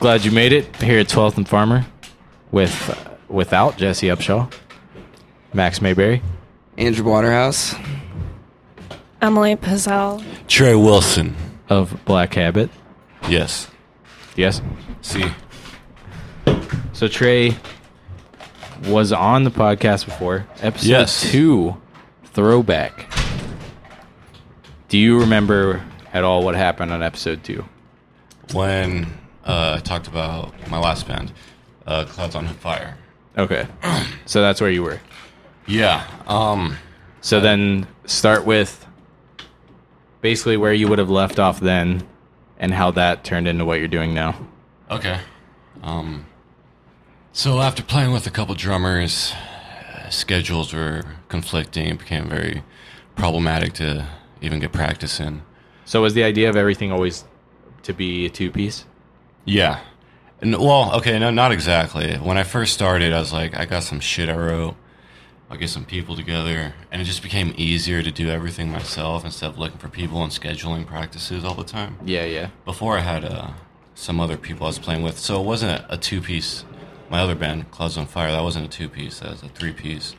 Glad you made it here at 12th and Farmer with uh, without Jesse Upshaw, Max Mayberry, Andrew Waterhouse. Emily Pizzell. Trey Wilson. of Black Habit. Yes. Yes. See. So Trey was on the podcast before, episode Yes. two, throwback. Do you remember at all what happened on episode two? When uh, I talked about my last band, uh, Clouds on Fire. Okay, so that's where you were. Yeah. Um. So then start with basically where you would have left off then, and how that turned into what you're doing now. Okay. Um. So after playing with a couple drummers, uh, schedules were conflicting. It became very problematic to even get practice in. So was the idea of everything always to be a two piece? Yeah. And, well, okay, no, not exactly. When I first started, I was like, I got some shit I wrote. I'll get some people together. And it just became easier to do everything myself instead of looking for people and scheduling practices all the time. Yeah, yeah. Before I had uh, some other people I was playing with. So it wasn't a two piece. My other band, Clouds on Fire, that wasn't a two piece. That was a three piece.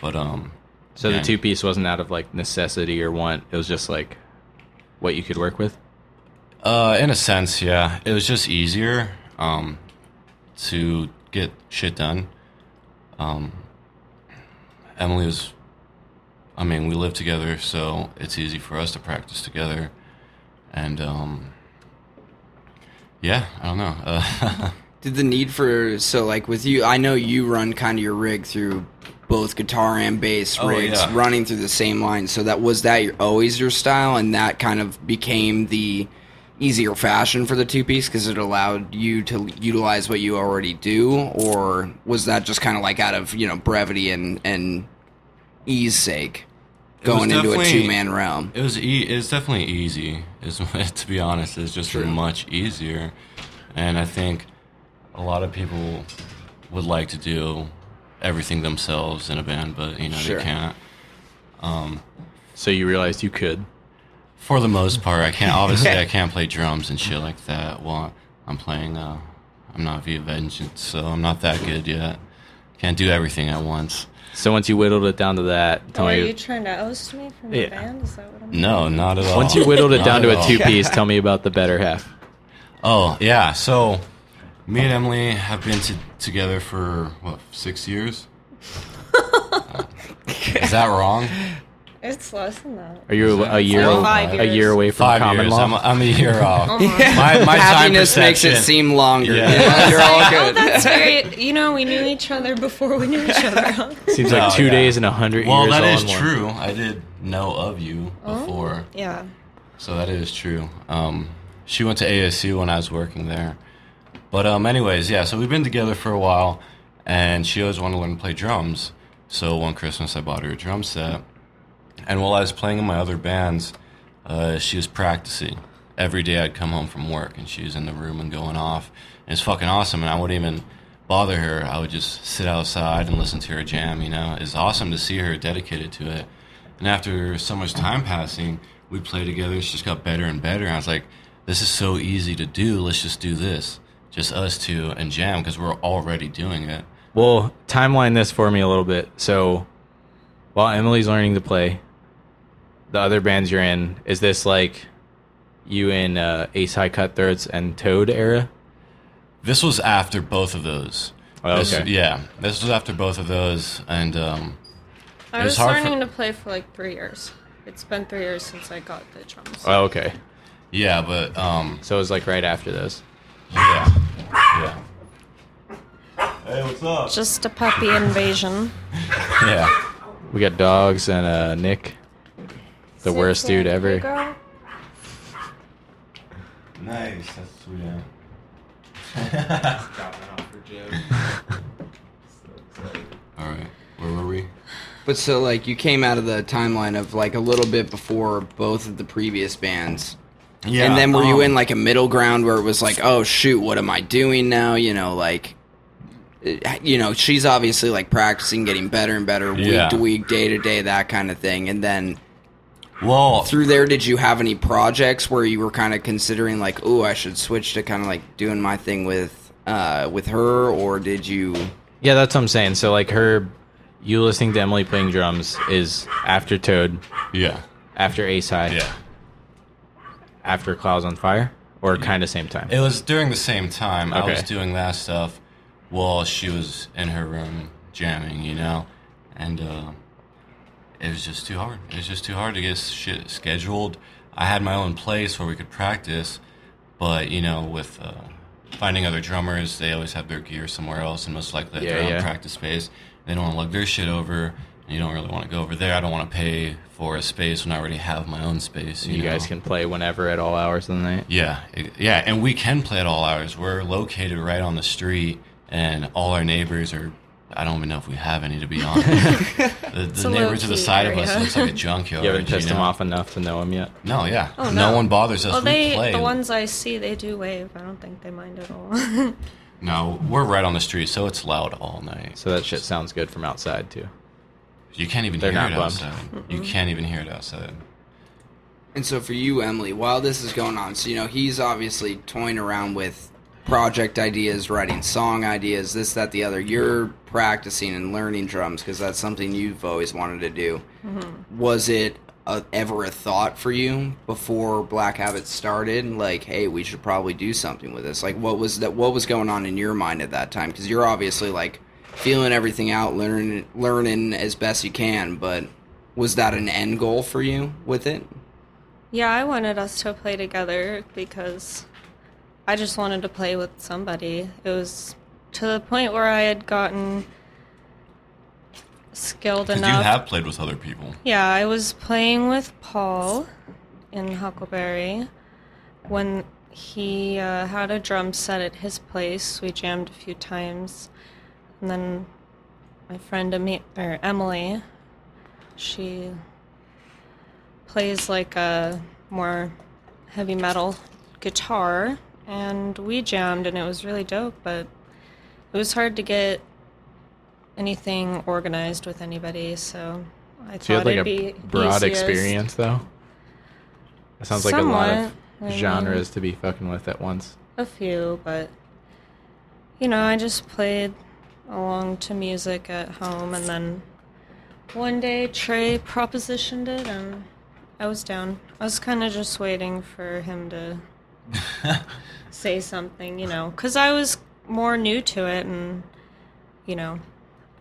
But, um, So Yeah. the two piece wasn't out of like necessity or want. It was just like what you could work with. Uh, in a sense, yeah. It was just easier um, to get shit done. Um, Emily was, I mean, we live together, so it's easy for us to practice together. And um, yeah, I don't know. Uh, Did the need for so like with you? I know you run kind of your rig through both guitar and bass Oh, rigs, yeah. running through the same line. So that was that your, always your style, and that kind of became the easier fashion for the two piece because it allowed you to utilize what you already do, or was that just kind of like out of you know brevity and and ease sake It was going into a definitely- two man realm? it was e- it was definitely easy. Is to be honest, it's just much easier, and I think a lot of people would like to do everything themselves in a band, but you know Sure. they can't. So you realized you could. For the most part, I can't. Obviously, I can't play drums and shit like that. Well, I'm playing. Uh, I'm not via vengeance, so I'm not that good yet. Can't do everything at once. So once you whittled it down to that, tell Oh, are me you trying to oust me from the Yeah. band? Is that what I'm No, not at all. once you whittled it Not down at to a Oh. all. two piece, tell me about the better half. Oh yeah. So me and Emily have been to, together for what six years. Is that wrong? It's less than that. Are you a, a year Like five a year years. away from Five common years. law? I'm, I'm a year off. my. My, my time Happiness makes it perception- seem longer. Yeah. Yeah, you're all Oh, good. that's very. You know, we knew each other before we knew each other. Seems like Oh, two yeah. days and a hundred Well, years. that all is in one. true. I did know of you Oh. before. yeah. So that is true. Um, she went to ASU when I was working there. But um, anyways, yeah. So we've been together for a while, and she always wanted to learn to play drums. So one Christmas, I bought her a drum set, and while I was playing in my other bands, uh, she was practicing. Every day I'd come home from work, and she was in the room and going off. And it's fucking awesome. And I wouldn't even bother her. I would just sit outside and listen to her jam. You know, it's awesome to see her dedicated to it. And after so much time passing, we played together. She just got better and better. And I was like, this is so easy to do. Let's just do this. Just us two and jam because we're already doing it. Well, timeline this for me a little bit. So, while Emily's learning to play, the other bands you're in, is this like you in uh, Ace High Cutthroats and Toad era? This was after both of those. Oh, This- okay. yeah, this was after both of those. And um, I It was was hard for- learning to play for like three years. It's been three years since I got the drums. Oh, okay. yeah, but um, So it was like right after those. yeah. Yeah. Hey, what's up? Just a puppy invasion. Yeah. We got dogs and uh, Nick, the worst dude ever. Nice. That's sweet. All right. Where were we? But so like you came out of the timeline of like a little bit before both of the previous bands. Yeah. and then were um, you in like a middle ground where it was like, "Oh shoot, what am I doing now?" you know, like it- you know, she's obviously like practicing, getting better and better week Yeah. to week, day to day, that kind of thing. And then Whoa. Through there, did you have any projects where you were kind of considering like, oh, I should switch to kind of like doing my thing with uh with her, or did you? Yeah, that's what I'm saying. So like her, you listening to Emily playing drums is after Toad, Yeah. after Ace High, Yeah. after Clouds on Fire, or kind of same time. It was during the same time I was Okay. doing that stuff while she was in her room jamming, you know, and uh, it was just too hard. It was just too hard to get shit scheduled. I had my own place where we could practice, but you know, with uh, finding other drummers, they always have their gear somewhere else, and most likely Yeah, their own yeah. practice space. They don't want to lug their shit over. And you don't really want to go over there. I don't want to pay for a space when I already have my own space. You, you guys know? can play whenever at all hours of the night. Yeah, it- yeah, and we can play at all hours. We're located right on the street, and all our neighbors are. I don't even know if we have any to be honest. the the a neighbor to the low-key side of us area. looks like a junkyard. You haven't pissed know? them off enough to know him yet. No, yeah, Oh, no. no. one bothers us. Well, we they play. the ones I see, they do wave. I don't think they mind at all. No, we're right on the street, so it's loud all night. So that shit sounds good from outside too. You can't even They're hear not it bummed. outside. You can't even hear it outside. And so for you, Emily, while this is going on, so you know he's obviously toying around with project ideas, writing song ideas, this, that, the other. You're practicing and learning drums because that's something you've always wanted to do. Was it a, ever a thought for you before Black Habit started? Like, hey, we should probably do something with this. Like, what was that? What was going on in your mind at that time? Because you're obviously like feeling everything out, learning, learning as best you can. But was that an end goal for you with it? yeah, I wanted us to play together because I just wanted to play with somebody. It was to the point where I had gotten skilled Because you enough. have played with other people. Yeah, I was playing with Paul in Huckleberry when he uh, had a drum set at his place. We jammed a few times, and then my friend Emi- or Emily, she plays like a more heavy metal guitar, and we jammed, and it was really dope. But it was hard to get anything organized with anybody, so I So you thought had like it'd a be broad easiest. experience though. That sounds like a lot Somewhat. I of mean- genres to be fucking with at once. A few, but you know, I just played along to music at home, and then one day Trey propositioned it, and I was down. I was kind of just waiting for him to say something, you know, because I was more new to it, and you know,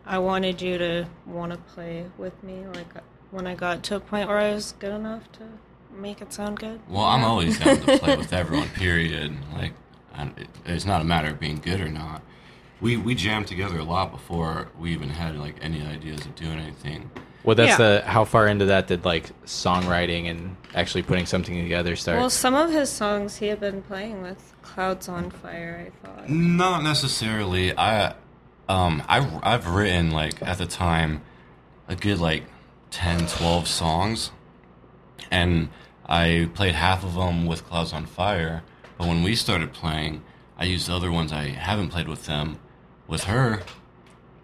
I wanted you to want to play with me, like when I got to a point where I was good enough to make it sound good. Well, I'm always down to play with everyone. Period. Like, I, it, it's not a matter of being good or not. We we jammed together a lot before we even had like any ideas of doing anything. Well, that's Yeah. the how far into that did like songwriting and actually putting something together start? Well, some of his songs he had been playing with Clouds on Fire, I thought. Not necessarily. I um I I've written like at the time a good like 10, 12 songs, and I played half of them with Clouds on Fire. But when we started playing, I used the other ones I haven't played with them with her,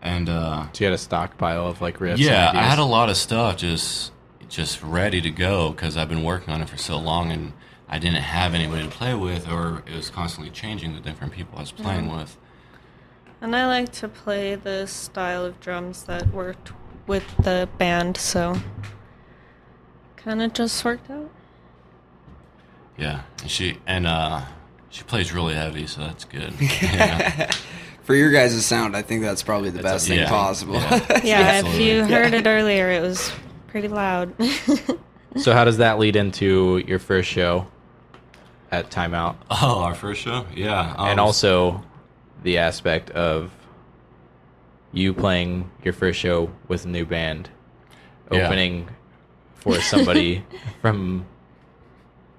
and uh, so you had a stockpile of like riffs. yeah and i ideas. had a lot of stuff just just ready to go because i've been working on it for so long and i didn't have anybody to play with or it was constantly changing the different people i was playing with And I like to play the style of drums that worked with the band, so kind of just worked out. yeah and she and uh she plays really heavy so that's good yeah, for your guys' sound, I think that's probably the best thing yeah, possible. yeah. Yeah, Absolutely. if you heard it earlier, it was pretty loud. So how does that lead into your first show at Timeout, oh our first show yeah um, and also the aspect of you playing your first show with a new band, Yeah. opening for somebody from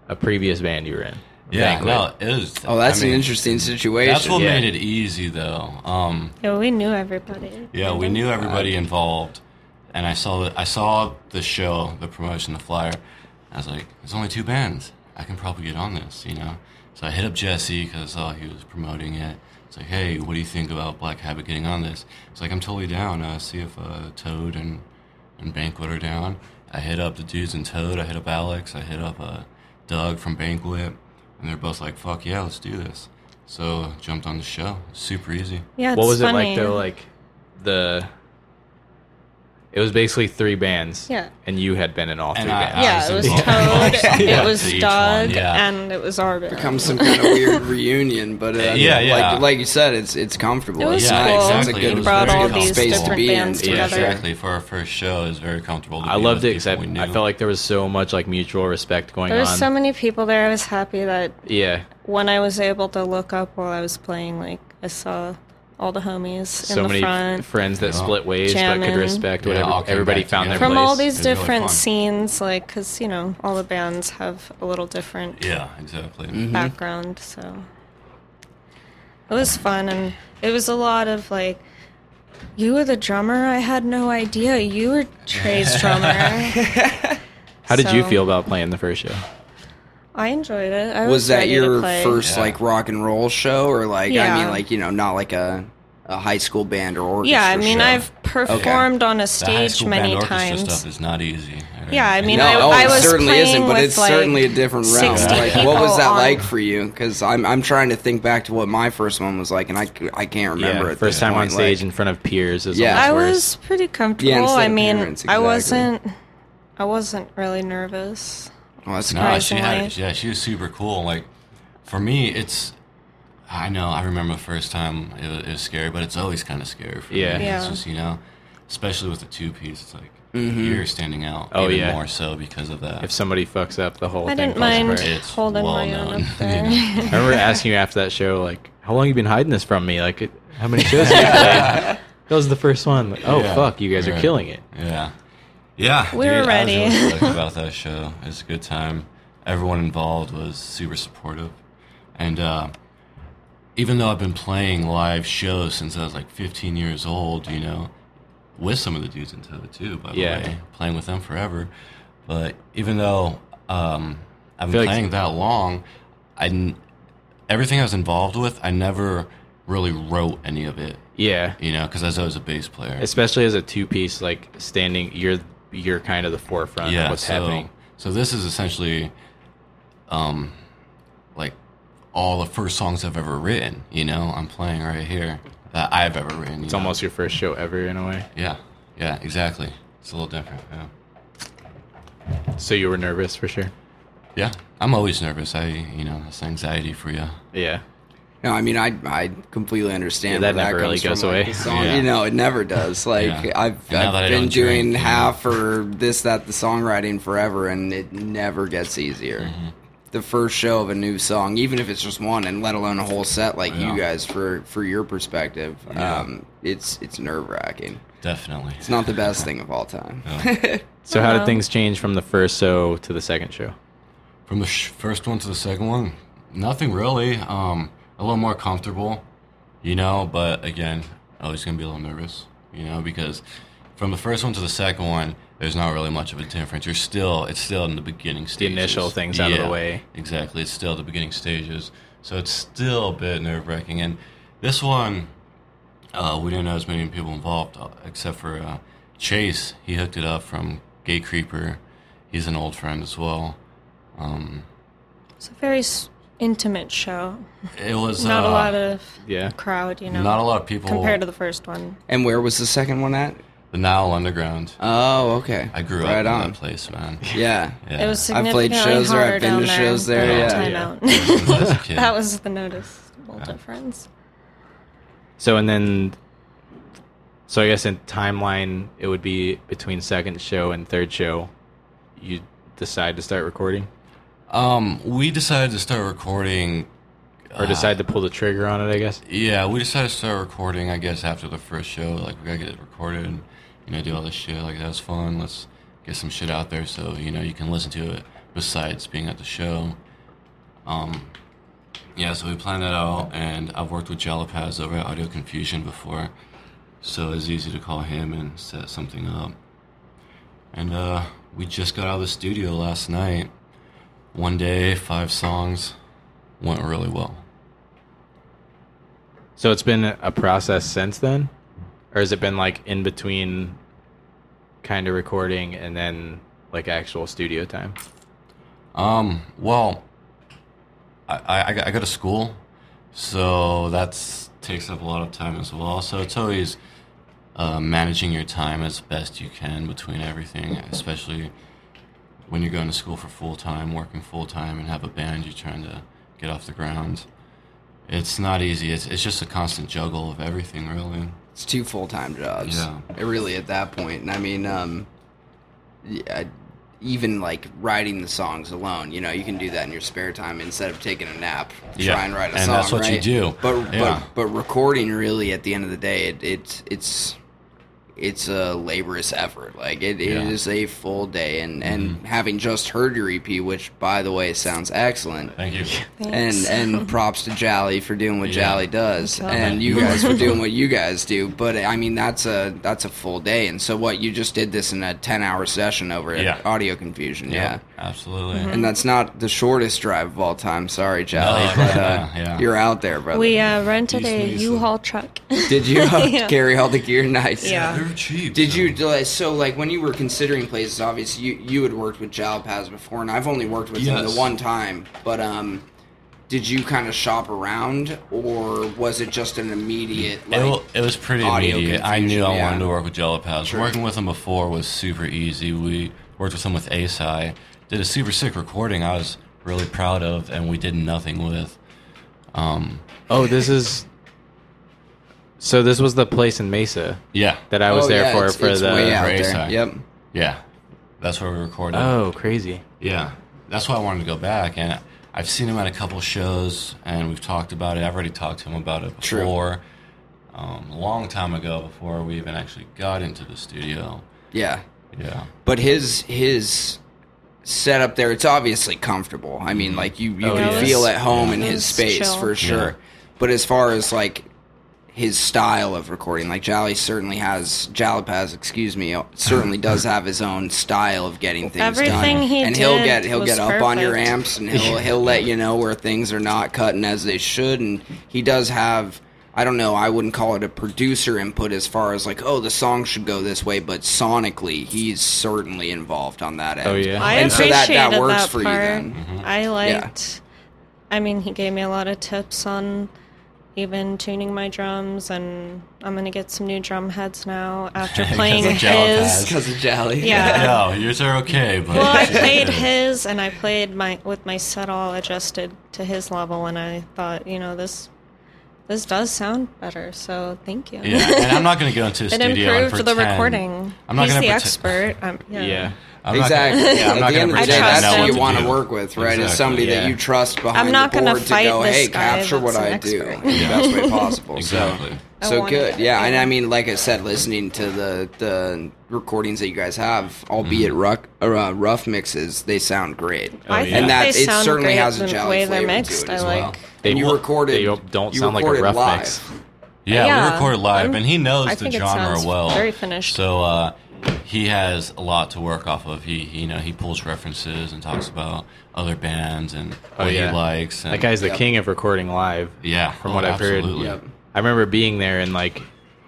a previous band you were in? yeah Banquet. no it was oh, that's I mean, an interesting situation. that's what yeah. made it easy though um yeah, we knew everybody. Yeah, we knew everybody involved, and I saw the, I saw the show, the promotion, the flyer. I was like, "There's only two bands. I can probably get on this," you know. So I hit up Jesse because I saw he was promoting it. It's like, "Hey, what do you think about Black Habit getting on this?" It's like, "I'm totally down. Uh, see if uh, Toad and and Banquet are down." I hit up the dudes in Toad. I hit up Alex. I hit up uh, Doug from Banquet, and they're both like, "Fuck yeah, let's do this." So jumped on the show. Super easy. Yeah, it's what was funny. it like though? Like the it was basically three bands. Yeah. And you had been in all three And I- bands. I yeah, it was Awesome. Awesome. Toad, Yeah. it was To each one, Doug, yeah. and it was our band. Becomes some kind of weird reunion, but uh, Yeah, yeah. Like, like you said, it's it's comfortable. It was it's Yeah, nice. cool. It's a exactly. good, It was it's a very brought all good these comfortable. space to different be in. bands for Yeah, together. sure. exactly. For our first show, it was very comfortable. To I be loved it with because I, people we I knew. felt like there was so much like mutual respect going There was on. so many people there. I was happy that yeah. when I was able to look up while I was playing, like I saw all the homies So in the many front friends that Yeah. split ways but could Jamming. respect Yeah, whatever all came everybody back found their together. from place. all these It's really different fun. scenes, like because you know all the bands have a little different Yeah, Mm-hmm. exactly. Mm-hmm. background, so it was fun and it was a lot of like. You were the drummer. I had no idea you were Trey's drummer. How did you so- feel about playing the first show? I enjoyed it. I was, was that ready to your play. first Yeah. like rock and roll show or like i Yeah. mean like you know not like a, a high school band or orchestra Yeah, I mean, show. I've performed on a The high stage school many band orchestra times. stuff is not easy. Yeah, I mean, no, I, oh, I it was certainly playing isn't, but with it's like, certainly a different realm. 60 Like, what was people that on- like for you? Because I'm I'm trying to think back to what my first one was like, and I, c- I can't remember it. first time on stage in front of peers is Yeah. yeah. I always worse. was pretty comfortable. Yeah, instead I of mean, parents, I exactly. wasn't, I wasn't really nervous. well, that's No, she surprisingly. had, yeah, she was super cool. Like, for me, it's, I know, I remember the first time it was, it was scary, but it's always kind of scary for Yeah. me. It's Yeah. just, you know, especially with the two piece, it's like you're standing out Mm-hmm. Oh, even yeah. more so because of that. If somebody fucks up, the whole I thing didn't falls mind apart. It's holding well my known, own you up there. know. I remember asking you after that show, like, how long you been hiding this from me? Like, it- how many shows have you played? That was the first one. Like, oh, Yeah. fuck, you guys are Right. killing it. Yeah. Yeah. We were dude, I ready. was really stoked about that show. It was a good time. Everyone involved was super supportive. And uh, even though I've been playing live shows since I was like 15 years old, you know, with some of the dudes in Toba too, by the Yeah. way, playing with them forever. But even though um, I've Feel been like- playing that long, I n- everything I was involved with, I never really wrote any of it, Yeah. you know, because I was always a bass player. Especially as a two piece, like, standing, you're you're kind of the forefront of what's so, happening. So this is essentially, um, like all the first songs I've ever written. You know, I'm playing right here that I've ever written. you It's know? almost your first show ever, in a way. yeah, yeah, exactly. It's a little different. Yeah, So you were nervous for sure? yeah. I'm always nervous. I, you know, that's anxiety for you. Yeah. No, I mean, I I completely understand Yeah, that where never really goes comes from, like, away. the song- Yeah. You know, it never does. Like Yeah. I've, And now that I I've been don't drink, doing you know. half or this that the songwriting forever, and it never gets easier. Mm-hmm. The first show of a new song, even if it's just one, and let alone a whole set, like Yeah. you guys for for your perspective, Yeah. um, it's it's nerve wracking. Definitely. It's not the best thing of all time. So how did Uh-huh. things change from the first show to the second show? From the sh- first one to the second one, nothing really. Um, a little more comfortable, you know. But again, always gonna be a little nervous, you know, because from the first one to the second one, there's not really much of a difference. You're still, it's still in the beginning stages. initial things out of the way. Exactly, it's still the beginning stages, so it's still a bit nerve wracking. And this one, uh, we didn't know as many people involved, uh, except for uh, Chase. He hooked it up from Gay Creeper. He's an old friend as well. Um, It's a very s- intimate show. it was Not uh, a lot of Yeah. crowd, you know, not a lot of people compared to the first one. And where was the second one at? the Nile Underground. Oh, okay. I grew right up on. in that place, man. Yeah. Yeah. It was I've played significantly shows there, I've harder been down to there. shows there, than yeah. Timeout. Since I was a kid. that was the noticeable difference. So and then, so I guess in timeline, it would be between second show and third show. You decide to start recording, um, we decided to start recording. Uh, or decide to pull the trigger on it. I guess. Yeah, we decided to start recording. I guess after the first show, like we gotta get it recorded and you know do all this shit. Like that was fun. Let's get some shit out there so you know you can listen to it besides being at the show. Um, yeah, so we planned that out, and I've worked with Jalapaz over at Audio Confusion before, so it's easy to call him and set something up. And uh, we just got out of the studio last night. One day, five songs went really well. So it's been a process since then, or has it been like in between, kind of recording and then like actual studio time? Um, well, I, I, I got- I go to school, so that takes up a lot of time as well. So it's always uh, managing your time as best you can between everything, especially when you're going to school for full time, working full time, and have a band you're trying to get off the ground. It's not easy. It's, it's just a constant juggle of everything, really. It's two full time jobs. Yeah. It really at that point, and I mean, um, yeah, even like writing the songs alone, you know, you can do that in your spare time instead of taking a nap. Yeah, Try and write a and song. that's what you right? do. But Yeah. but but recording really at the end of the day, it, it's it's it's a laborious effort. Like it, it is Yeah. Mm-hmm. a full day, and and having just heard your EP, which by the way sounds excellent. Thank you. And Thanks. and props to Jolly for doing what Yeah. Jolly does, Okay. and you guys for doing what you guys do. But I mean, that's a that's a full day. And so what you just did this in a ten hour session over at Yeah. Audio Confusion, yeah. absolutely. And that's not the shortest drive of all time. Sorry, Jolly, No, but no, uh, no, yeah. you're out there, brother. we uh, rented East a Mesa. U-Haul truck. Did you uh, Yeah. carry all the gear? Nice. Yeah. They're cheap. Did so- you like, so like when you were considering places? Obviously, you you had worked with Jalapaz before, and I've only worked with him Yes. the one time. But um, did you kind of shop around, or was it just an immediate It, like? wa- it was pretty audio immediate. I knew I confusion, wanted yeah. to work with Jellapals. Working with him before was super easy. We worked with him with ASI, did a super sick recording I was really proud of, and we did nothing with. Um, Oh, this is. So this was the place in Mesa yeah, that I was Oh, there yeah, for it's- for it's the. way out race there. act. Yep. yeah, that's where we recorded. Oh, crazy! Yeah, that's why I wanted to go back, and I've seen him at a couple shows, and we've talked about it. I've already talked to him about it True. before, um, a long time ago, before we even actually got into the studio. Yeah. Yeah. But his his setup there, it's obviously comfortable. I mean, like you you Oh, can yeah. feel at home in Yeah. his It's space chill. for sure. But as far as like his style of recording, like Jolly certainly has Jalapaz, excuse me, certainly does have his own style of getting things Everything done. he and he'll did get he'll was get up on your perfect. amps and he'll he'll let you know where things are not cutting as they should and he does have I don't know, I wouldn't call it a producer input as far as like, oh, the song should go this way, but sonically he's certainly involved on that end. Oh yeah, I And so appreciated that- that that, works for you part. then. I liked. I mean, he gave me a lot of tips on even tuning my drums, and I'm gonna get some new drum heads now after Because playing of his. Jalapaz. Because of Jolly. Yeah. No, yours are okay, but Well, I played his, and I played my with my set all adjusted to his level, and I thought, you know, this this does sound better. So thank you. Yeah, and I'm not going to go into the it studio and improved the pretend- recording. I'm not He's the gonna pretend- expert. Um, yeah. yeah. I'm not gonna- Exactly. yeah, I'm At not the end going to of the day, pretend I that's know who what you want to do. work with, right? Is Exactly, somebody yeah. that you trust behind I'm not the gonna board fight to go, this hey, guy capture that's what an I do expert." in the best way possible. Exactly. So, I so wanted good. it, Yeah, and yeah. I mean, like I said, listening to the the recordings that you guys have, albeit ruck, or, uh, rough mixes, they sound great. Oh, Mm-hmm. yeah. I think And that- they it sound certainly great has a the Jolly way flavor they're to mixed. it I as like. well. They and you won't- recorded. they don't you sound like a recorded rough live. mix. Yeah, we Yeah. record live, I'm- and he knows I the think it genre sounds well. very finished. So uh, he has a lot to work off of. He, he, you know, he pulls references and talks about other bands and Oh, what yeah. he likes. And, That guy's the Yep. king of recording live. yeah, from oh, what I've heard. absolutely. Yep. I remember being there and like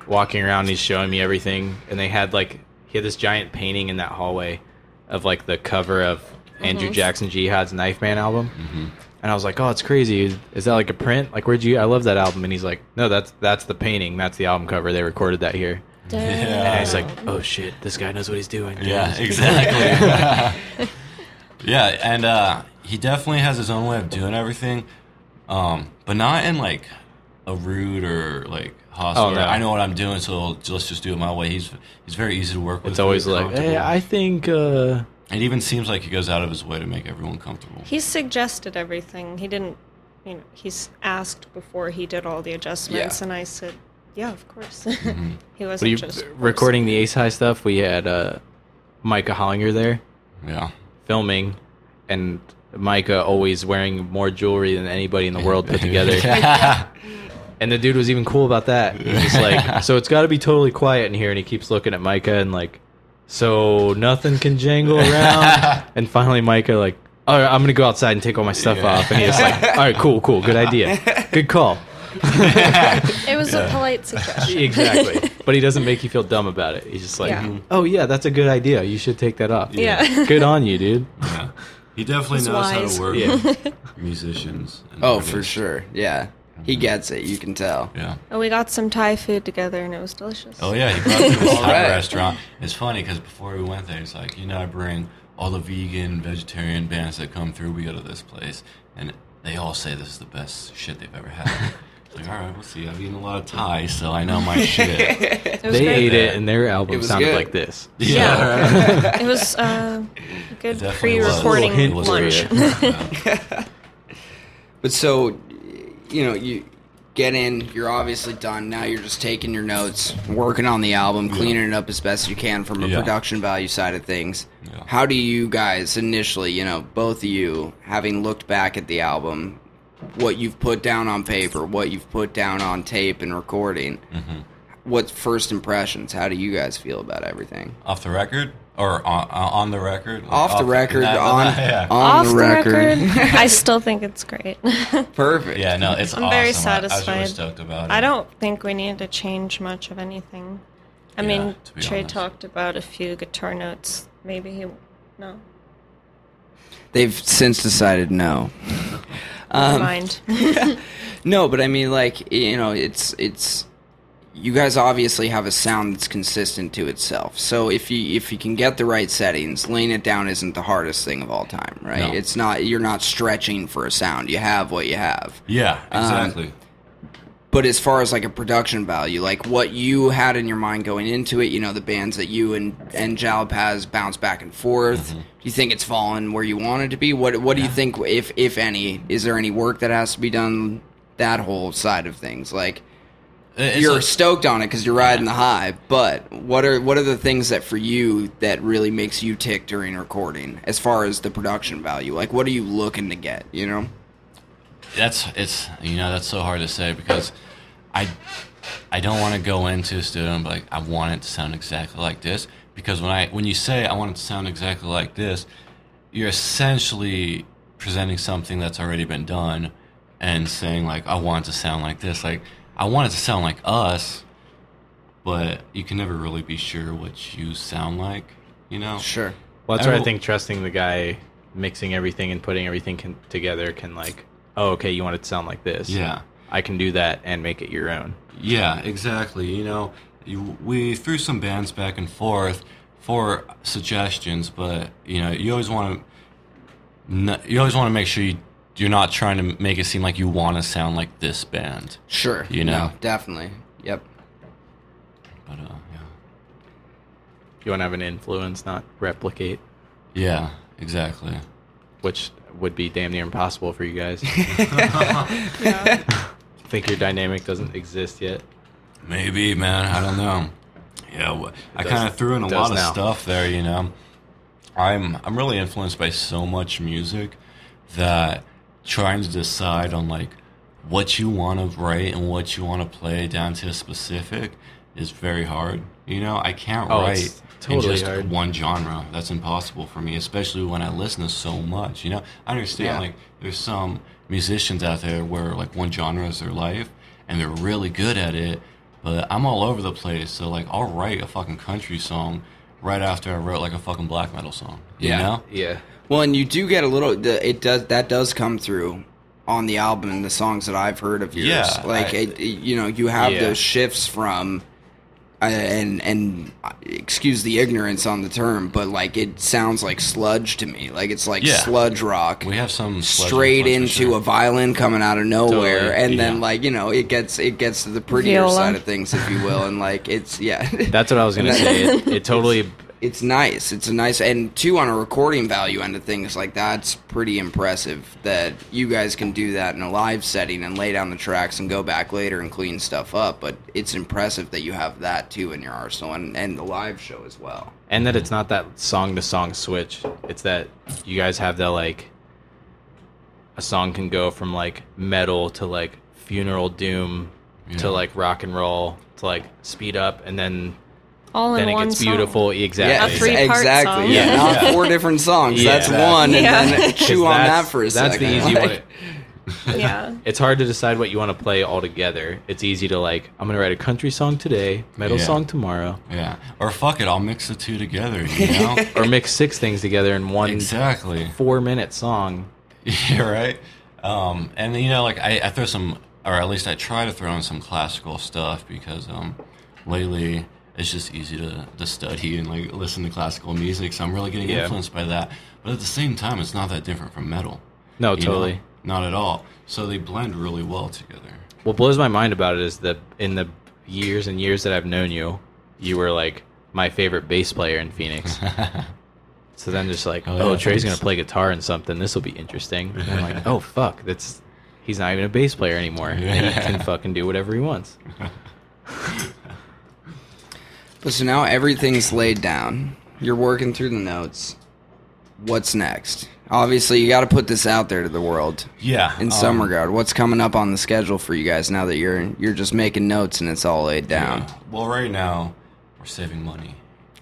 walking around. And he's showing me everything, and they had like he had this giant painting in that hallway of like the cover of Andrew Jackson Jihad's Knife Man album. Mm-hmm. And I was like, "Oh, it's crazy! Is that like a print? Like, where'd you? I love that album." And he's like, "No, that's that's the painting. That's the album cover. They recorded that here." And Yeah. he's like, "Oh shit! This guy knows what he's doing." Yeah, exactly. yeah, and uh, he definitely has his own way of doing everything, um, but not in like a rude or like hostile. Oh, no. I know what I'm doing, so let's just do it my way. He's he's very easy to work with. It's always very like, "Hey, comfortable. I think." uh it even seems like he goes out of his way to make everyone comfortable. He suggested everything. He didn't, you know, he's asked before he did all the adjustments, Yeah. and I said, yeah, of course. Mm-hmm. he What are wasn't you just recording the Ace High stuff? We had uh, Micah Hollinger there Yeah, filming, and Micah always wearing more jewelry than anybody in the world put together. And the dude was even cool about that. He's like, so it's got to be totally quiet in here, and he keeps looking at Micah and like, so nothing can jangle around. and finally, Micah like, all right, I'm gonna go outside and take all my stuff off, and he's like, all right, cool, cool, good idea, good call. It was a polite suggestion. exactly. but he doesn't make you feel dumb about it. He's just like, Yeah. oh yeah, that's a good idea. You should take that up. Yeah. Yeah. good on you, dude. Yeah. He definitely He's knows how wise. to work Yeah. with musicians. and Oh, artists. for sure. Yeah. Mm-hmm. He gets it. You can tell. Yeah. And we got some Thai food together, and it was delicious. Oh yeah, he brought me to a Right. Thai restaurant. It's funny because before we went there, he's like, you know, I bring all the vegan, vegetarian bands that come through. We go to this place, and they all say this is the best shit they've ever had. It's like, all right, we'll see. I've eaten a lot of Thai, so I know my shit. It was They great. ate it, and their It album was sounded good. like this. Yeah. right. It was uh, a good Definitely was. pre-recording Little hint It was for lunch. you. Yeah. But so, you know, you get in, you're obviously done. Now you're just taking your notes, working on the album, cleaning it up as best you can from a Yeah. production value side of things. Yeah. How do you guys initially, you know, both of you, having looked back at the album, what you've put down on paper, what you've put down on tape and recording, Mm-hmm. what first impressions? How do you guys feel about everything? Off the record or on, on the record? Like, Off, the record, nah, nah, on, nah, yeah. on Off the record. I still think it's great. Perfect. Yeah, no, it's I'm awesome. very I- I, satisfied. was really stoked about it. I don't think we need to change much of anything. I Yeah, mean, to be Trey honest. talked about a few guitar notes. Maybe he no, They've since decided no. never Um, mind. No, but I mean, like you know, it's it's you guys obviously have a sound that's consistent to itself. So if you if you can get the right settings, laying it down isn't the hardest thing of all time, right? No. It's not you're not stretching for a sound. You have what you have. Yeah, Um, exactly. But as far as like a production value, like what you had in your mind going into it, you know, the bands that you and and Jalp has bounced back and forth. Do you think it's fallen where you want it to be? What what do you think if if any, is there any work that has to be done that whole side of things? Like It- it's you're like- stoked on it because you're riding the high. But what are what are the things that for you that really makes you tick during recording, as far as the production value? Like, what are you looking to get? You know, that's it's you know that's so hard to say because I I don't want to go into a studio and be like I want it to sound exactly like this because when I when you say I want it to sound exactly like this, you're essentially presenting something that's already been done and saying like I want it to sound like this like I want it to sound like us, but you can never really be sure what you sound like, you know. sure, Well, that's where I Everyone- think trusting the guy mixing everything and putting everything can, together can like, oh, okay, you want it to sound like this. Yeah. I can do that and make it your own. Yeah, exactly. You know, you, we threw some bands back and forth for suggestions, but you know, you always want to, you always want to make sure you, you're not trying to make it seem like you want to sound like this band. sure, You know. No, definitely, yep. But uh, You want to have an influence, not replicate, yeah, yeah, exactly. which would be damn near impossible for you guys. Yeah. think your dynamic doesn't exist yet. Maybe, man. I don't know. Yeah, wh- I Does- kind of threw in a does lot of now. stuff there. You know, I'm I'm really influenced by so much music that trying to decide on like what you want to write and what you want to play down to a specific is very hard. You know, I can't Oh, write it's totally in just hard. one genre. That's impossible for me, especially when I listen to so much. You know, I understand Yeah. like there's some musicians out there where like one genre is their life and they're really good at it, but I'm all over the place. So like I'll write a fucking country song right after I wrote like a fucking black metal song. You Yeah. know? Yeah. Well, and you do get a little. the- It does that does come through on the album and the songs that I've heard of yours. Yeah, like I- it, it- you know, you have Yeah. those shifts from. I- And and uh, excuse the ignorance on the term, but like it sounds like sludge to me. Like it's like Yeah. sludge rock. We have some sludge straight influence for into sure. a violin coming out of nowhere Totally, and then yeah. like you know it gets it gets to the prettier Viola. side of things if you will and like it's yeah That's what I was going to say. It, it totally. it's nice it's a nice and two on a recording value end of things like that's pretty impressive that you guys can do that in a live setting and lay down the tracks and go back later and clean stuff up but it's impressive that you have that too in your arsenal and, and the live show as well And that it's not that song to song switch. It's that you guys have that, like, a song can go from, like, metal to, like, funeral doom Yeah. to, like, rock and roll to, like, speed up. And then, All then in it one gets song. beautiful. Yeah, Exactly. A three- three-part exactly. song. Yeah, Yeah. not four different songs. Yeah. That's one, and Yeah. then 'Cause chew on that that's- for a That's second. the easy Like, way. yeah. It's hard to decide what you want to play altogether. It's easy to like, I'm gonna write a country song today, metal Yeah. song tomorrow, Yeah. Or fuck it, I'll mix the two together, you know? or mix six things together in one exactly. four minute song. Yeah, right. Um, and you know, like I, I throw some, or at least I try to throw in some classical stuff because um, lately it's just easy to, to study and like listen to classical music. So I'm really getting Yeah. influenced by that. But at the same time, it's not that different from metal. No, you know? Oh, totally. not at all. So they blend really well together. What blows my mind about it is that in the years and years that I've known you, you were like my favorite bass player in Phoenix. so then just like, Oh, oh, yeah, Trey's gonna thanks. play guitar and something. This will be interesting. And I'm like, oh fuck, that's he's not even a bass player anymore. And he Yeah. can fucking do whatever he wants. But so now everything's laid down. You're working through the notes. What's next? Obviously, you got to put this out there to the world Yeah. in some regard. What's coming up on the schedule for you guys now that you're you're just making notes and it's all laid down? Well, right now we're saving money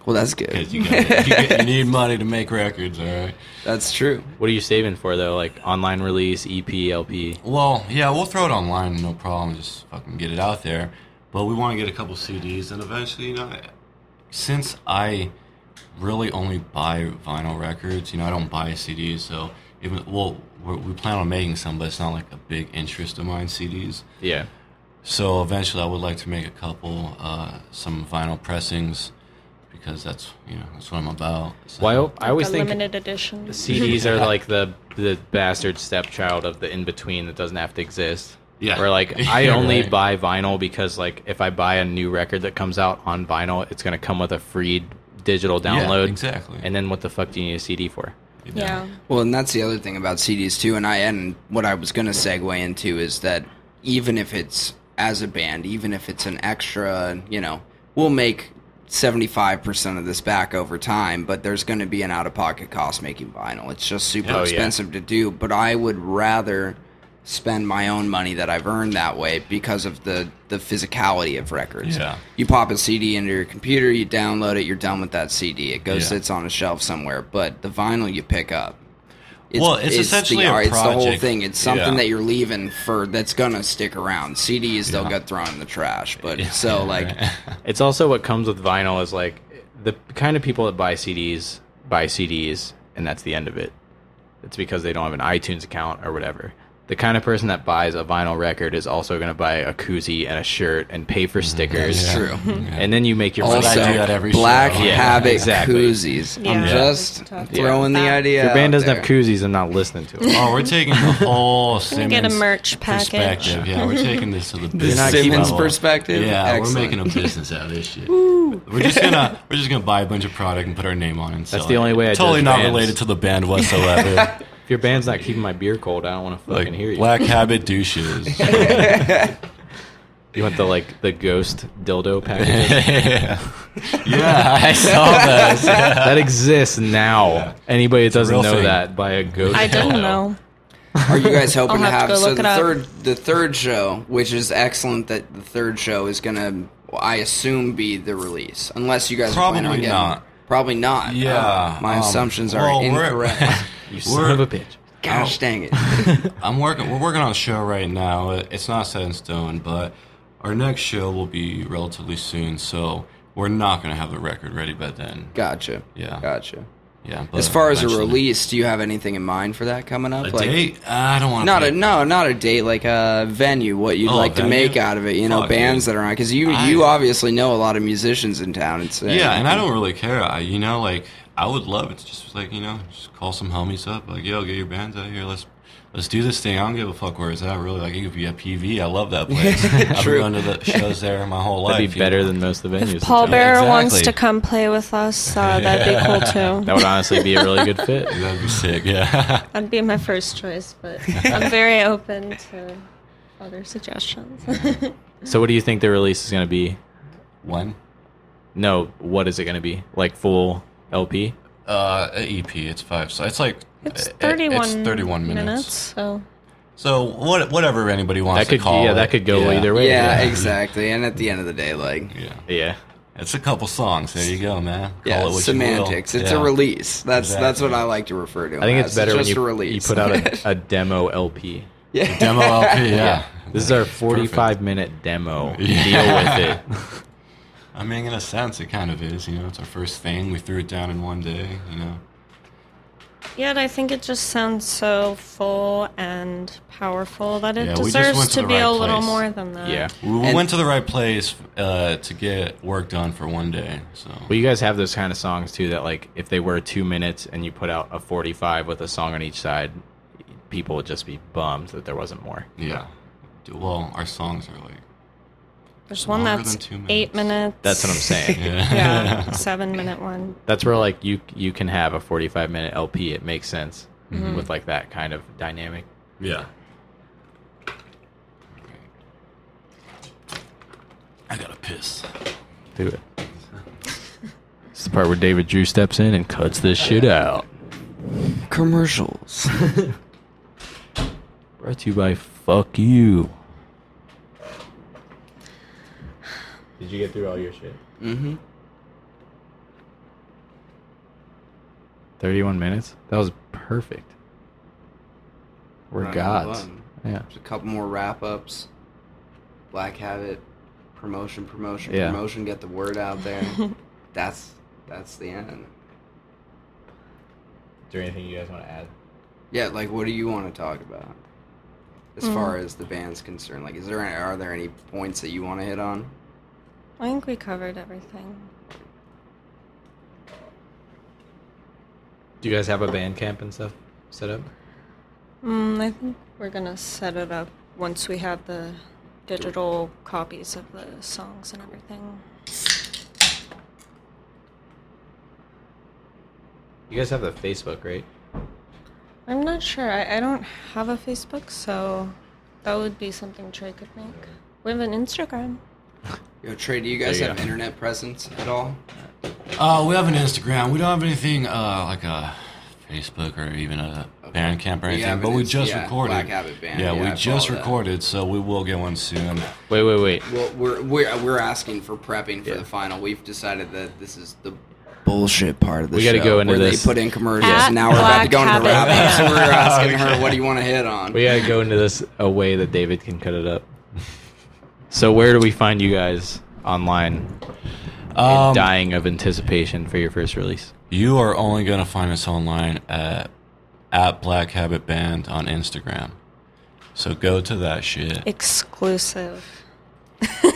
Well, that's good. 'Cause you, gotta- you get- you need money to make records. All right. That's true. What are you saving for though? Like online release, E EP, LP. Well, yeah, we'll throw it online, no problem. Just fucking get it out there. But we want to get a couple CDs, and eventually, you know, since I really only buy vinyl records, you know, I don't buy CDs. So even well, we're, we plan on making some, but it's not like a big interest of mine. CDs. Yeah. So eventually, I would like to make a couple, uh, some vinyl pressings, because that's you know that's what I'm about. So- Why? I always a think limited edition. CDs are like the the bastard stepchild of the in between that doesn't have to exist. Yeah. Where like I Yeah, only right. buy vinyl because like if I buy a new record that comes out on vinyl, it's gonna come with a free digital Yeah, download. exactly. And then what the fuck do you need a CD for? You know? yeah. Well, and that's the other thing about CDs too. And I and what I was going to segue into is that even if it's as a band, even if it's an extra, you know, we'll make seventy five percent of this back over time, but there's going to be an out of pocket cost making vinyl. It's just super Oh, yeah. expensive to do. But I would rather spend my own money that I've earned that way because of the the physicality of records. Yeah. You pop a CD into your computer, you download it, you're done with that CD. It goes Yeah. sits on a shelf somewhere, but the vinyl you pick up. Well, it's essentially the, a art- it's the whole project. thing. It's something Yeah. that you're leaving for that's gonna stick around. CDs they'll get thrown in the trash, but so like It's also what comes with vinyl is like the kind of people that buy CDs buy CDs and that's the end of it. It's because they don't have an iTunes account or whatever. The kind of person that buys a vinyl record is also going to buy a koozie and a shirt and pay Mm, for stickers. it's true. And then you make your money Also, I do that every black show. Yeah, habit exactly. koozies. I'm Yeah. just Yeah. throwing the Yeah. idea. If your band out doesn't have there. koozies, I'm not listening to it. Oh, we're taking the whole Simmons get a merch package. perspective. Yeah, we're taking this to the The business not keeping Simmons up. level. perspective. Yeah, Excellent. we're making a business out of this shit. we're just gonna we're just gonna buy a bunch of product and put our name on it. And sell That's the it. only way I Totally judge not bands. related to the band whatsoever. If your band's not keeping my beer cold, I don't want to fucking like hear you. Black Habit douches. You want the like the ghost dildo package yeah, I saw those. that exists now. Anybody that doesn't real know thing. that buy a ghost. I don't dildo. know. Are you guys hoping to I'll have have to go so look the it up. third the third show, which is excellent that the third show is gonna I assume be the release. Unless you guys are planning on Probably getting not. Probably not. Yeah, Uh, my um, assumptions are well, we're- incorrect. You son of a bitch. Gosh dang it. I'm working. We're working on a show right now. It's not set in stone, but our next show will be relatively soon. So we're not gonna have the record ready by then. Gotcha. Yeah. Gotcha. Yeah. but As far as a eventually. release, do you have anything in mind for that coming up? a date, I don't want Not a no, not a date like a venue. What you'd Oh, like to venue? make out of it, you know, Fuck, bands dude. that are on because you I- you obviously know a lot of musicians in town. It's uh, Yeah, and I don't really care. I, you know, like I would love it. to Just like you know, just call some homies up. Like, yo, get your bands out here. Let's let's do this thing. I don't give a fuck where it's at. Really, like it could be at PV. I love that place. I've True. been going to the shows there my whole life. That'd be you know. better than most of the venues. in Paul town. Bearer wants exactly. to come play with us. Uh, that'd be cool too. That would honestly be a really good fit. That'd be sick. Yeah. That'd be my first choice, but I'm very open to other suggestions. So, what do you think the release is going to be? One. No, what is it going to be? Like full LP? Uh, a EP. It's five. So it's like it's it- it- 31, It's thirty-one minutes. so So what? Whatever anybody wants That could to call. yeah, it. that could go Yeah. either way. Yeah, exactly. And at the end of the day, like Yeah. Yeah. It's a couple songs. There you go, man. Yeah, Call it what you will. semantics. It's a Yeah. release. That's that's what Exactly. I like to refer to. I think it's better just when you, a release. you put out a, a demo LP. Yeah. Demo LP, yeah. This is our 45 minute demo. Yeah. Deal with it. I mean, in a sense, it kind of is. You know, it's our first thing. We threw it down in one day. You know, Yet I think it just sounds so full and powerful that it Yeah, we just deserves went to, to the be right a little place. more than that. Yeah. we we And- went to the right place uh, to get work done for one day. So Well, you guys have those kind of songs too that, like, if they were two minutes and you put out a 45 with a song on each side, people would just be bummed that there wasn't more. yeah, D- well, our songs are like There's one Longer that's than two eight minutes. minutes. That's what I'm saying. yeah. yeah, seven minute one. That's where, like, you you can have a 45 minute LP. It makes sense with, like, that kind of dynamic. Yeah. I gotta piss. Do it. It's the part where David Drew steps in and cuts this shit out. Commercials. Brought to you by Fuck You. Did you get through all your shit? mm-hmm. 31 minutes? That was perfect. We're Running gods. alone. Yeah. There's a couple more wrap ups. Black Habit, promotion, promotion, Yeah. promotion. Get the word out there. that's that's the end. Is there anything you guys want to add? Yeah, like what do you want to talk about? As Mm-hmm. far as the band's concerned, like, is there any, are there any points that you want to hit on? I think we covered everything. Do you guys have a band camp and stuff set up? Mm, I think we're gonna set it up once we have the digital copies of the songs and everything. You guys have the Facebook, right? I'm not sure. I, I don't have a Facebook, so that would be something Trey could make. We have an Instagram. Yo, Trey, do you guys There you have go. internet presence at all? Uh, we have an Instagram. We don't have anything uh, like a Facebook or even a Bandcamp or We anything, have but an we Inst- just yeah, recorded. Black Habit Band. Yeah, Yeah, I we just follow that. recorded, so we will get one soon. Wait, wait, wait. Well, we're we're we're asking for prepping for Yeah. the final. We've decided that this is the bullshit part of the We gotta show go into where this. they put in commercials. At now we're about to Black go into Habit wrap up, so Band. we're asking her, "What do you want to hit on?" We gotta go into this a way that David can cut it up. So where do we find you guys online? Um, dying of anticipation for your first release. you are only gonna find us online at at Black Habit Band on Instagram. So go to that shit. Exclusive.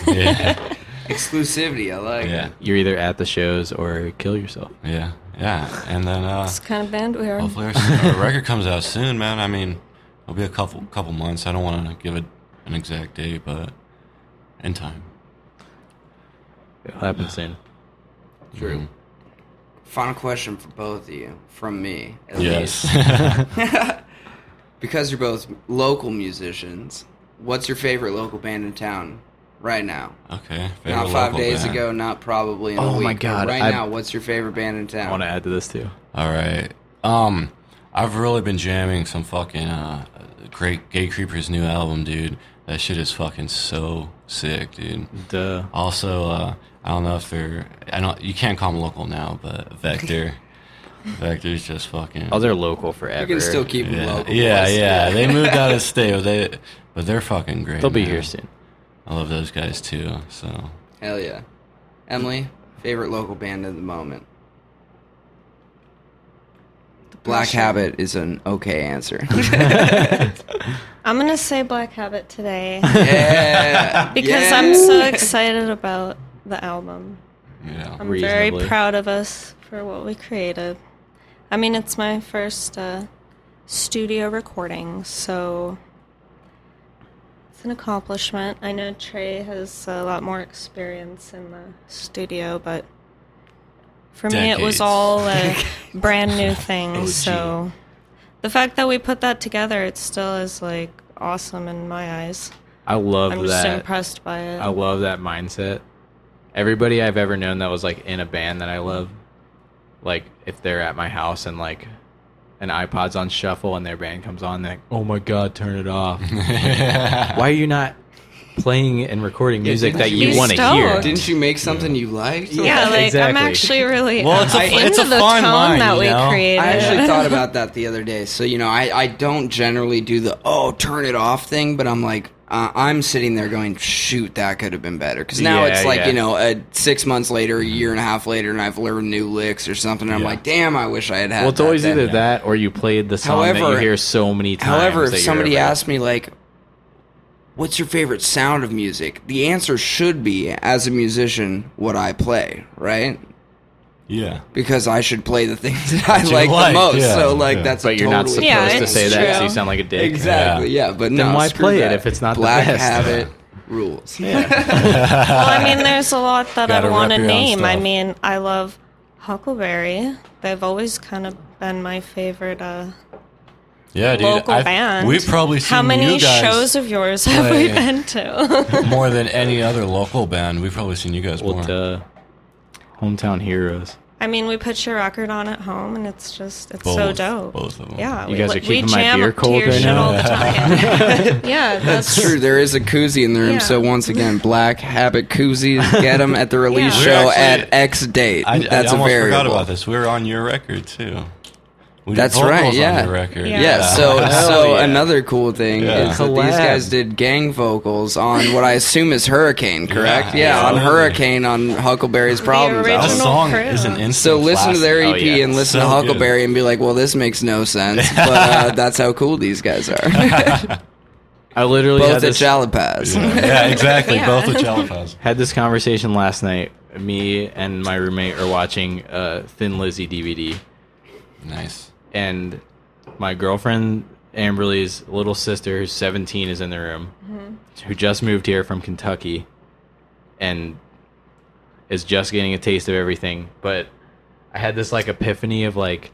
yeah, Exclusivity, I like. yeah, it. You're either at the shows or kill yourself. yeah, yeah. And then uh, It's kind of band we are. Hopefully, our, our record comes out soon, man. I mean, it'll be a couple couple months. I don't want to give it an exact date, but in time. It'll happen soon. True. Final question for both of you, from me at Mm-hmm. Yes. least, because you're both local musicians. What's your favorite local band in town right now? okay. favorite not five local days band. ago, not probably in a Oh week. my but God, Right I- now, what's your favorite band in town? I want to add to this too. All right. Um, I've really been jamming some fucking uh, great Gay Creeper's new album, dude. That shit is fucking so sick, dude. Duh. Also, uh, I don't know if they're. I don't. You can't call them local now, but Vector. Vector's just fucking. Oh, they're local forever. You can still keep them Yeah, local. yeah, boys. yeah. they moved out of state, but they but they're fucking great. They'll be man. here soon. I love those guys too. So Hell yeah. Emily, favorite local band at the moment? Black Habit is an okay answer. I'm gonna say Black Habit today yeah. because yeah. I'm so excited about the album. yeah, I'm Reasonably. very proud of us for what we created. I mean, it's my first uh, studio recording, so it's an accomplishment. I know Trey has a lot more experience in the studio, but for me, it Decades. was all a brand new thing. so the fact that we put that together, it still is like awesome in my eyes. I love I'm that. just impressed by it. I love that mindset. Everybody I've ever known that was like in a band that I love, like if they're at my house and like an iPod's on shuffle and their band comes on, they're like, oh my god, turn it off. Why are you not playing and recording music didn't that you- you want to He's hear. stoked. Didn't you make something you liked? Yeah, like I'm Exactly. actually really Well, it's a- uh, into it's a the fine tone line, that you we know? created. I actually thought about that the other day. So, you know, I, I don't generally do the, oh, turn it off thing, but I'm like, uh, I'm sitting there going, shoot, that could have been better. Because now Yeah, it's like, yeah. you know, uh, six months later, a year and a half later, and I've learned new licks or something. And I'm Yeah. like, damn, I wish I had had Well, it's that always then. either that or you played the song that you However- hear so many times. However, that if you're somebody like, asked me, like, what's your favorite sound of music? The answer should be, as a musician, what I play, right? Yeah. Because I should play the things that I That you like, like, the most. yeah, so, like, yeah. that's but you're not supposed totally Yeah, to it's say that, so true. you sound like a dick. Exactly. Yeah, but Then no, why screw play it that. if it's not the Black best? Habit rules? Well, I mean, there's a lot that I Gotta want to wrap your own name. I stuff. mean, I love Huckleberry. They've always kind of been my favorite uh, Yeah, dude. local I've- band. We've probably seen how many you guys shows of yours have we play- been to? more than any other local band. We've probably seen you guys Well, more. duh. Hometown heroes. I mean, we put your record on at home, and it's just it's so Both- dope. both of 'em. Yeah, You we, guys are we keeping my jam beer to cold your right shit now? all the time. yeah, that's, It's true. There is a koozie in the room. Yeah. So once again, Black Habit koozies. Get them at the release Yeah. We're show actually- at X date. I, That's a I almost variable. forgot about this. We were on your record too. We did That's vocals right, on yeah. your record. Yeah. Yeah. So Hell so yeah. another cool thing Yeah. is that these Collab. guys did gang vocals on what I assume is Hurricane. Correct? Yeah, Yeah. on absolutely. Hurricane on Huckleberry's Problems. that album. original song crew. is an instant. So listen to their Oh, EP yeah. and listen So to good. Huckleberry and be like, well, this makes no sense. But uh, that's how cool these guys are. I literally had Both at this, Jalapas. classic. yeah, exactly. Yeah. Both with Jalapas. had this conversation last night. Me and my roommate are watching a Thin Lizzy DVD, Nice. and my girlfriend Amberly's little sister, who's 17, is in the room, who just moved here from Kentucky, and is just getting a taste of everything. But I had this like epiphany of like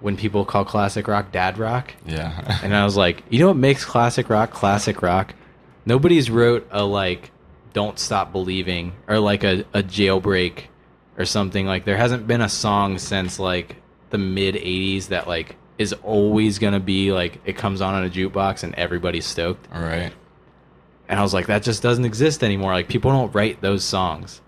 when people call classic rock dad rock. Yeah. And I was like, you know what makes classic rock classic rock? Nobody's wrote a like don't stop believing or like a, a jailbreak or something like there hasn't been a song since like the mid 80s that like is always going to be like it comes on on a jukebox and everybody's stoked. All right. And I was like that just doesn't exist anymore. Like people don't write those songs.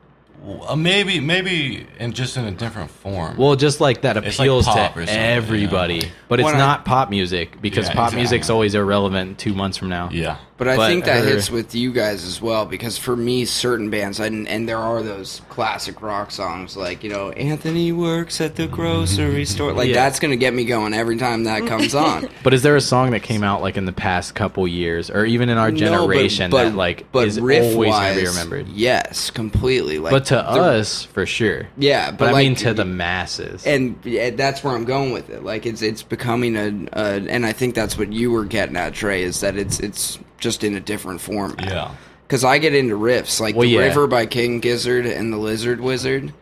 Well, Uh, maybe, maybe, and just in a different form. Well, just like that It's like appeals pop or to something, you know? everybody. But it's When I- not pop music because Yeah, pop exactly. music's always irrelevant 2 months from now. yeah. But I But think that her- hits with you guys as well because for me, certain bands, and, and there are those classic rock songs like, you know, Anthony works at the grocery store. Like, Yeah. that's going to get me going every time that comes on. But is there a song that came out like in the past couple years, or even in our generation, that like is always going to be riff-wise, remembered? Yes, completely. Like, but to the- us, for sure. Yeah, but, but I mean like- to the masses. and yeah, that's where I'm going with it. Like it's it's becoming a, a and I think that's what you were getting at, Trey, is that it's it's just in a different form. Yeah. Because I get into riffs like Well, the yeah. River by King Gizzard and the Lizard Wizard.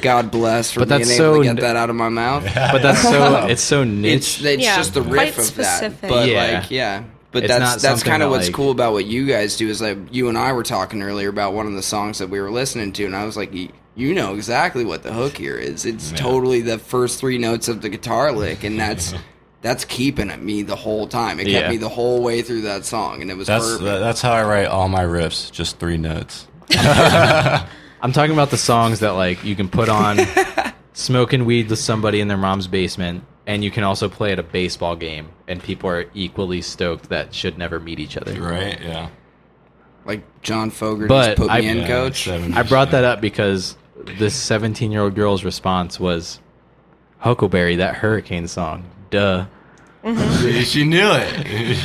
God bless for But being that's able so to n- get that out of my mouth. but that's so it's so niche. It's it's Yeah, just the quite riff of that. specific. But Yeah. like yeah. But It's that's not that's something kind of that, what's like- cool about what you guys do is like you and I were talking earlier about one of the songs that we were listening to, and I was like, "Y- you know exactly what the hook here is. It's totally the first three notes of the guitar lick, and that's that's keeping at me the whole time. It kept Yeah. me the whole way through that song, and it was That's perfect. that, that's how I write all my riffs. Just three notes. I'm talking about the songs that like you can put on smoking weed with somebody in their mom's basement, and you can also play at a baseball game, and people are equally stoked that should never meet each other. Right. Yeah. like John Fogerty's But put me I- in, Yeah, coach. I brought that up because this 17 year old girl's response was Huckleberry, that hurricane song. Duh. up. she knew it.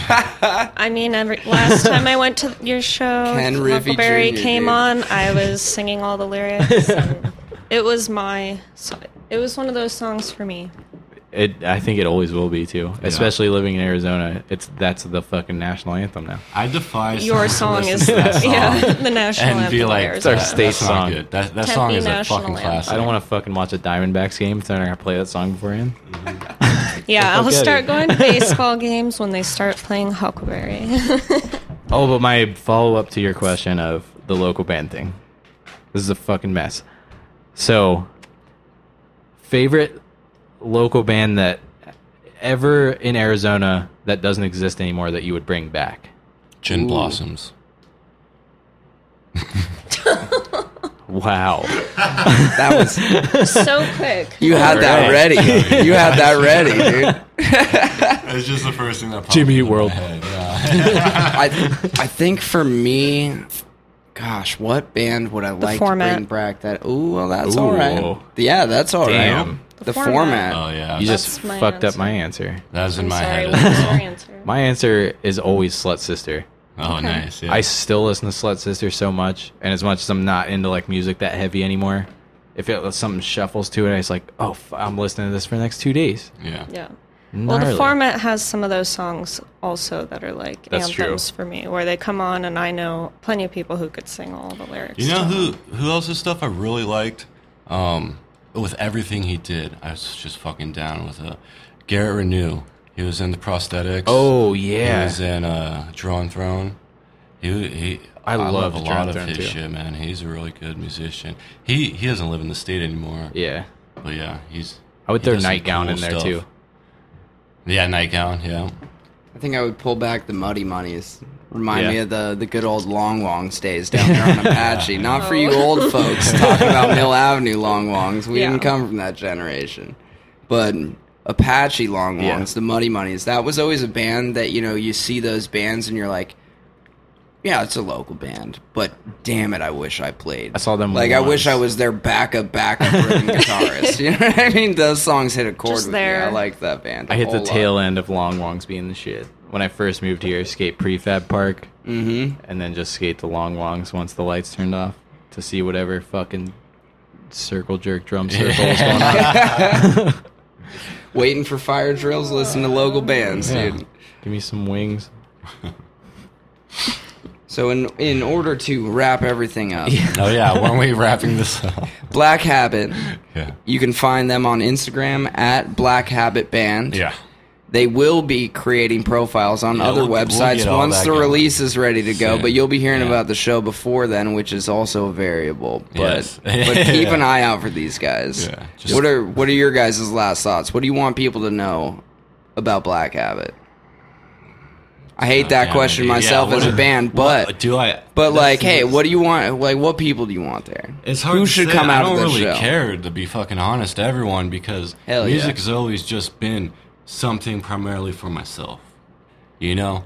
I mean, every, last time I went to your show, Ken Rivey Huckleberry Jr., came dude. on. I was singing all the lyrics. and it was my. so- It was one of those songs for me. It, I think it always will be too, especially living in Arizona. It's that's the fucking national anthem now. I defy Your someone song to is listen to that song yeah, the national and anthem. be of like, Arizona. our "That- state that's not song." good. That, that Can't song be is a national fucking anthem. classic. I don't want to fucking watch a Diamondbacks game. So they're not gonna play that song beforehand. Yeah, I'll Okay. start going to baseball games when they start playing Huckleberry. Oh, but my follow up to your question of the local band thing. This is a fucking mess. So, favorite local band that ever in Arizona that doesn't exist anymore that you would bring back? Gin Ooh. Blossoms. Wow. That was so quick. you had that ready. Alright. You had that ready, dude. It's just the first thing that popped Jimmy into my World. head, yeah. I I think for me, gosh, what band would I like format. to bring back? That oh, well, that's Ooh. all right. Yeah, that's all right. Damn. The, The format. format. oh yeah, You that, just my fucked up answer. my answer. was in I'm my sorry, head. what was As your well. answer? My answer is always Slut Sister. Oh nice. Yeah. I still listen to Slut Sister so much, and as much as I'm not into like music that heavy anymore, if it if something shuffles to it, I was like, oh, f- I'm listening to this for the next two days. yeah. yeah. Well, the Gnarly. format has some of those songs also that are like That's true. anthems for me, where they come on and I know plenty of people who could sing all the lyrics. You know to who who else's stuff I really liked? Um, with everything he did, I was just fucking down with uh, Garrett Renew. He was in the prosthetics. Oh He yeah, was in uh, Drawn Throne. He, he I love loved a lot Drawn of Throne, his too. shit, man. He's a really good musician. He he doesn't live in the state anymore. yeah. But yeah, he's. I would he throw does some Nightgown cool in there stuff. too. Yeah, Nightgown. Yeah. I think I would pull back the Muddy Muddies. Remind Yeah. me of the, the good old Long Wong stays down there on Apache. Not for you Oh. old folks talking about Mill Avenue Long Wongs. We Yeah. didn't come from that generation. But Apache Long Wongs, Yeah. the Muddy Muddies, that was always a band that, you know, you see those bands and you're like, yeah, it's a local band, but damn it, I wish I played. I saw them Like, I wish once. I was their backup, backup rhythm guitarist. You know what I mean? Those songs hit a chord Just with me. there. I liked that band. I hit the tail end of Long Wongs being the shit. When I first moved here, skate prefab park, Mm-hmm. and then just skate the Long Wongs once the lights turned off to see whatever fucking circle jerk drum circle was going on. waiting for fire drills, listen to local bands, Yeah. dude. Give me some wings. So in in order to wrap everything up, Oh yeah. Weren't we wrapping this up? Black Habit, Yeah. you can find them on Instagram at Black Habit Band. Yeah. They will be creating profiles on Yeah, other we'll- we'll websites get all once that the going. release is ready to go, Sick. but you'll be hearing Yeah. about the show before then, which is also a variable. But Yes. but keep an Yeah. eye out for these guys. Yeah, just- what are what are your guys' last thoughts? What do you want people to know about Black Habit? I hate that Uh, Yeah, question dude. Yeah, myself what as a do- band, what but do I? But that's like, the- hey, what do you want? Like, what people do you want there? It's hard. Who to should say. come I out don't of this really show? care to be fucking honest to everyone because Hell yeah. music has always just been something primarily for myself. You know,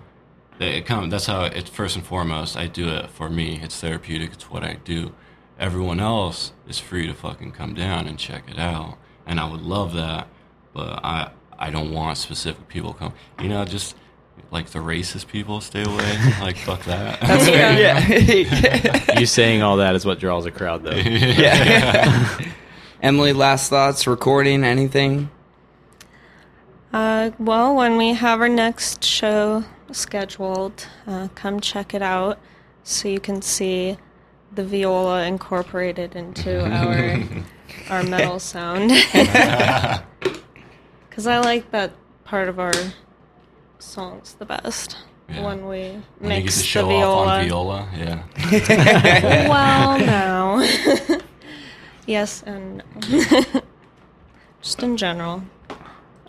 That it come. That's how it's first and foremost. I do it for me. It's therapeutic. It's what I do. Everyone else is free to fucking come down and check it out, and I would love that. But I I don't want specific people come. You know, just like the racist people stay away. like fuck that. That's fair. You saying all that is what draws a crowd, though. Emily, last thoughts, recording, anything? Uh, well, when we have our next show scheduled, uh, come check it out so you can see the viola incorporated into our our metal sound. Because I like that part of our songs the best Yeah. when we When you get mix to show the viola. off on viola, yeah. Well, no. yes and no. just in general.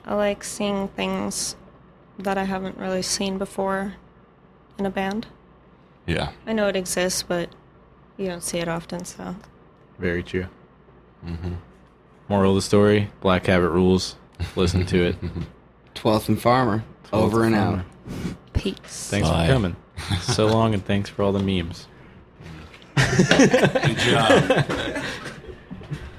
I like seeing things that I haven't really seen before in a band. Yeah. I know it exists, but you don't see it often, so. Very true. Mm-hmm. Moral of the story: Black Habit rules. Listen to it. Twelfth and Farmer, Twelfth over and and out. Farmer. Peace. Thanks Bye. for coming. So long, and thanks for all the memes. Good job.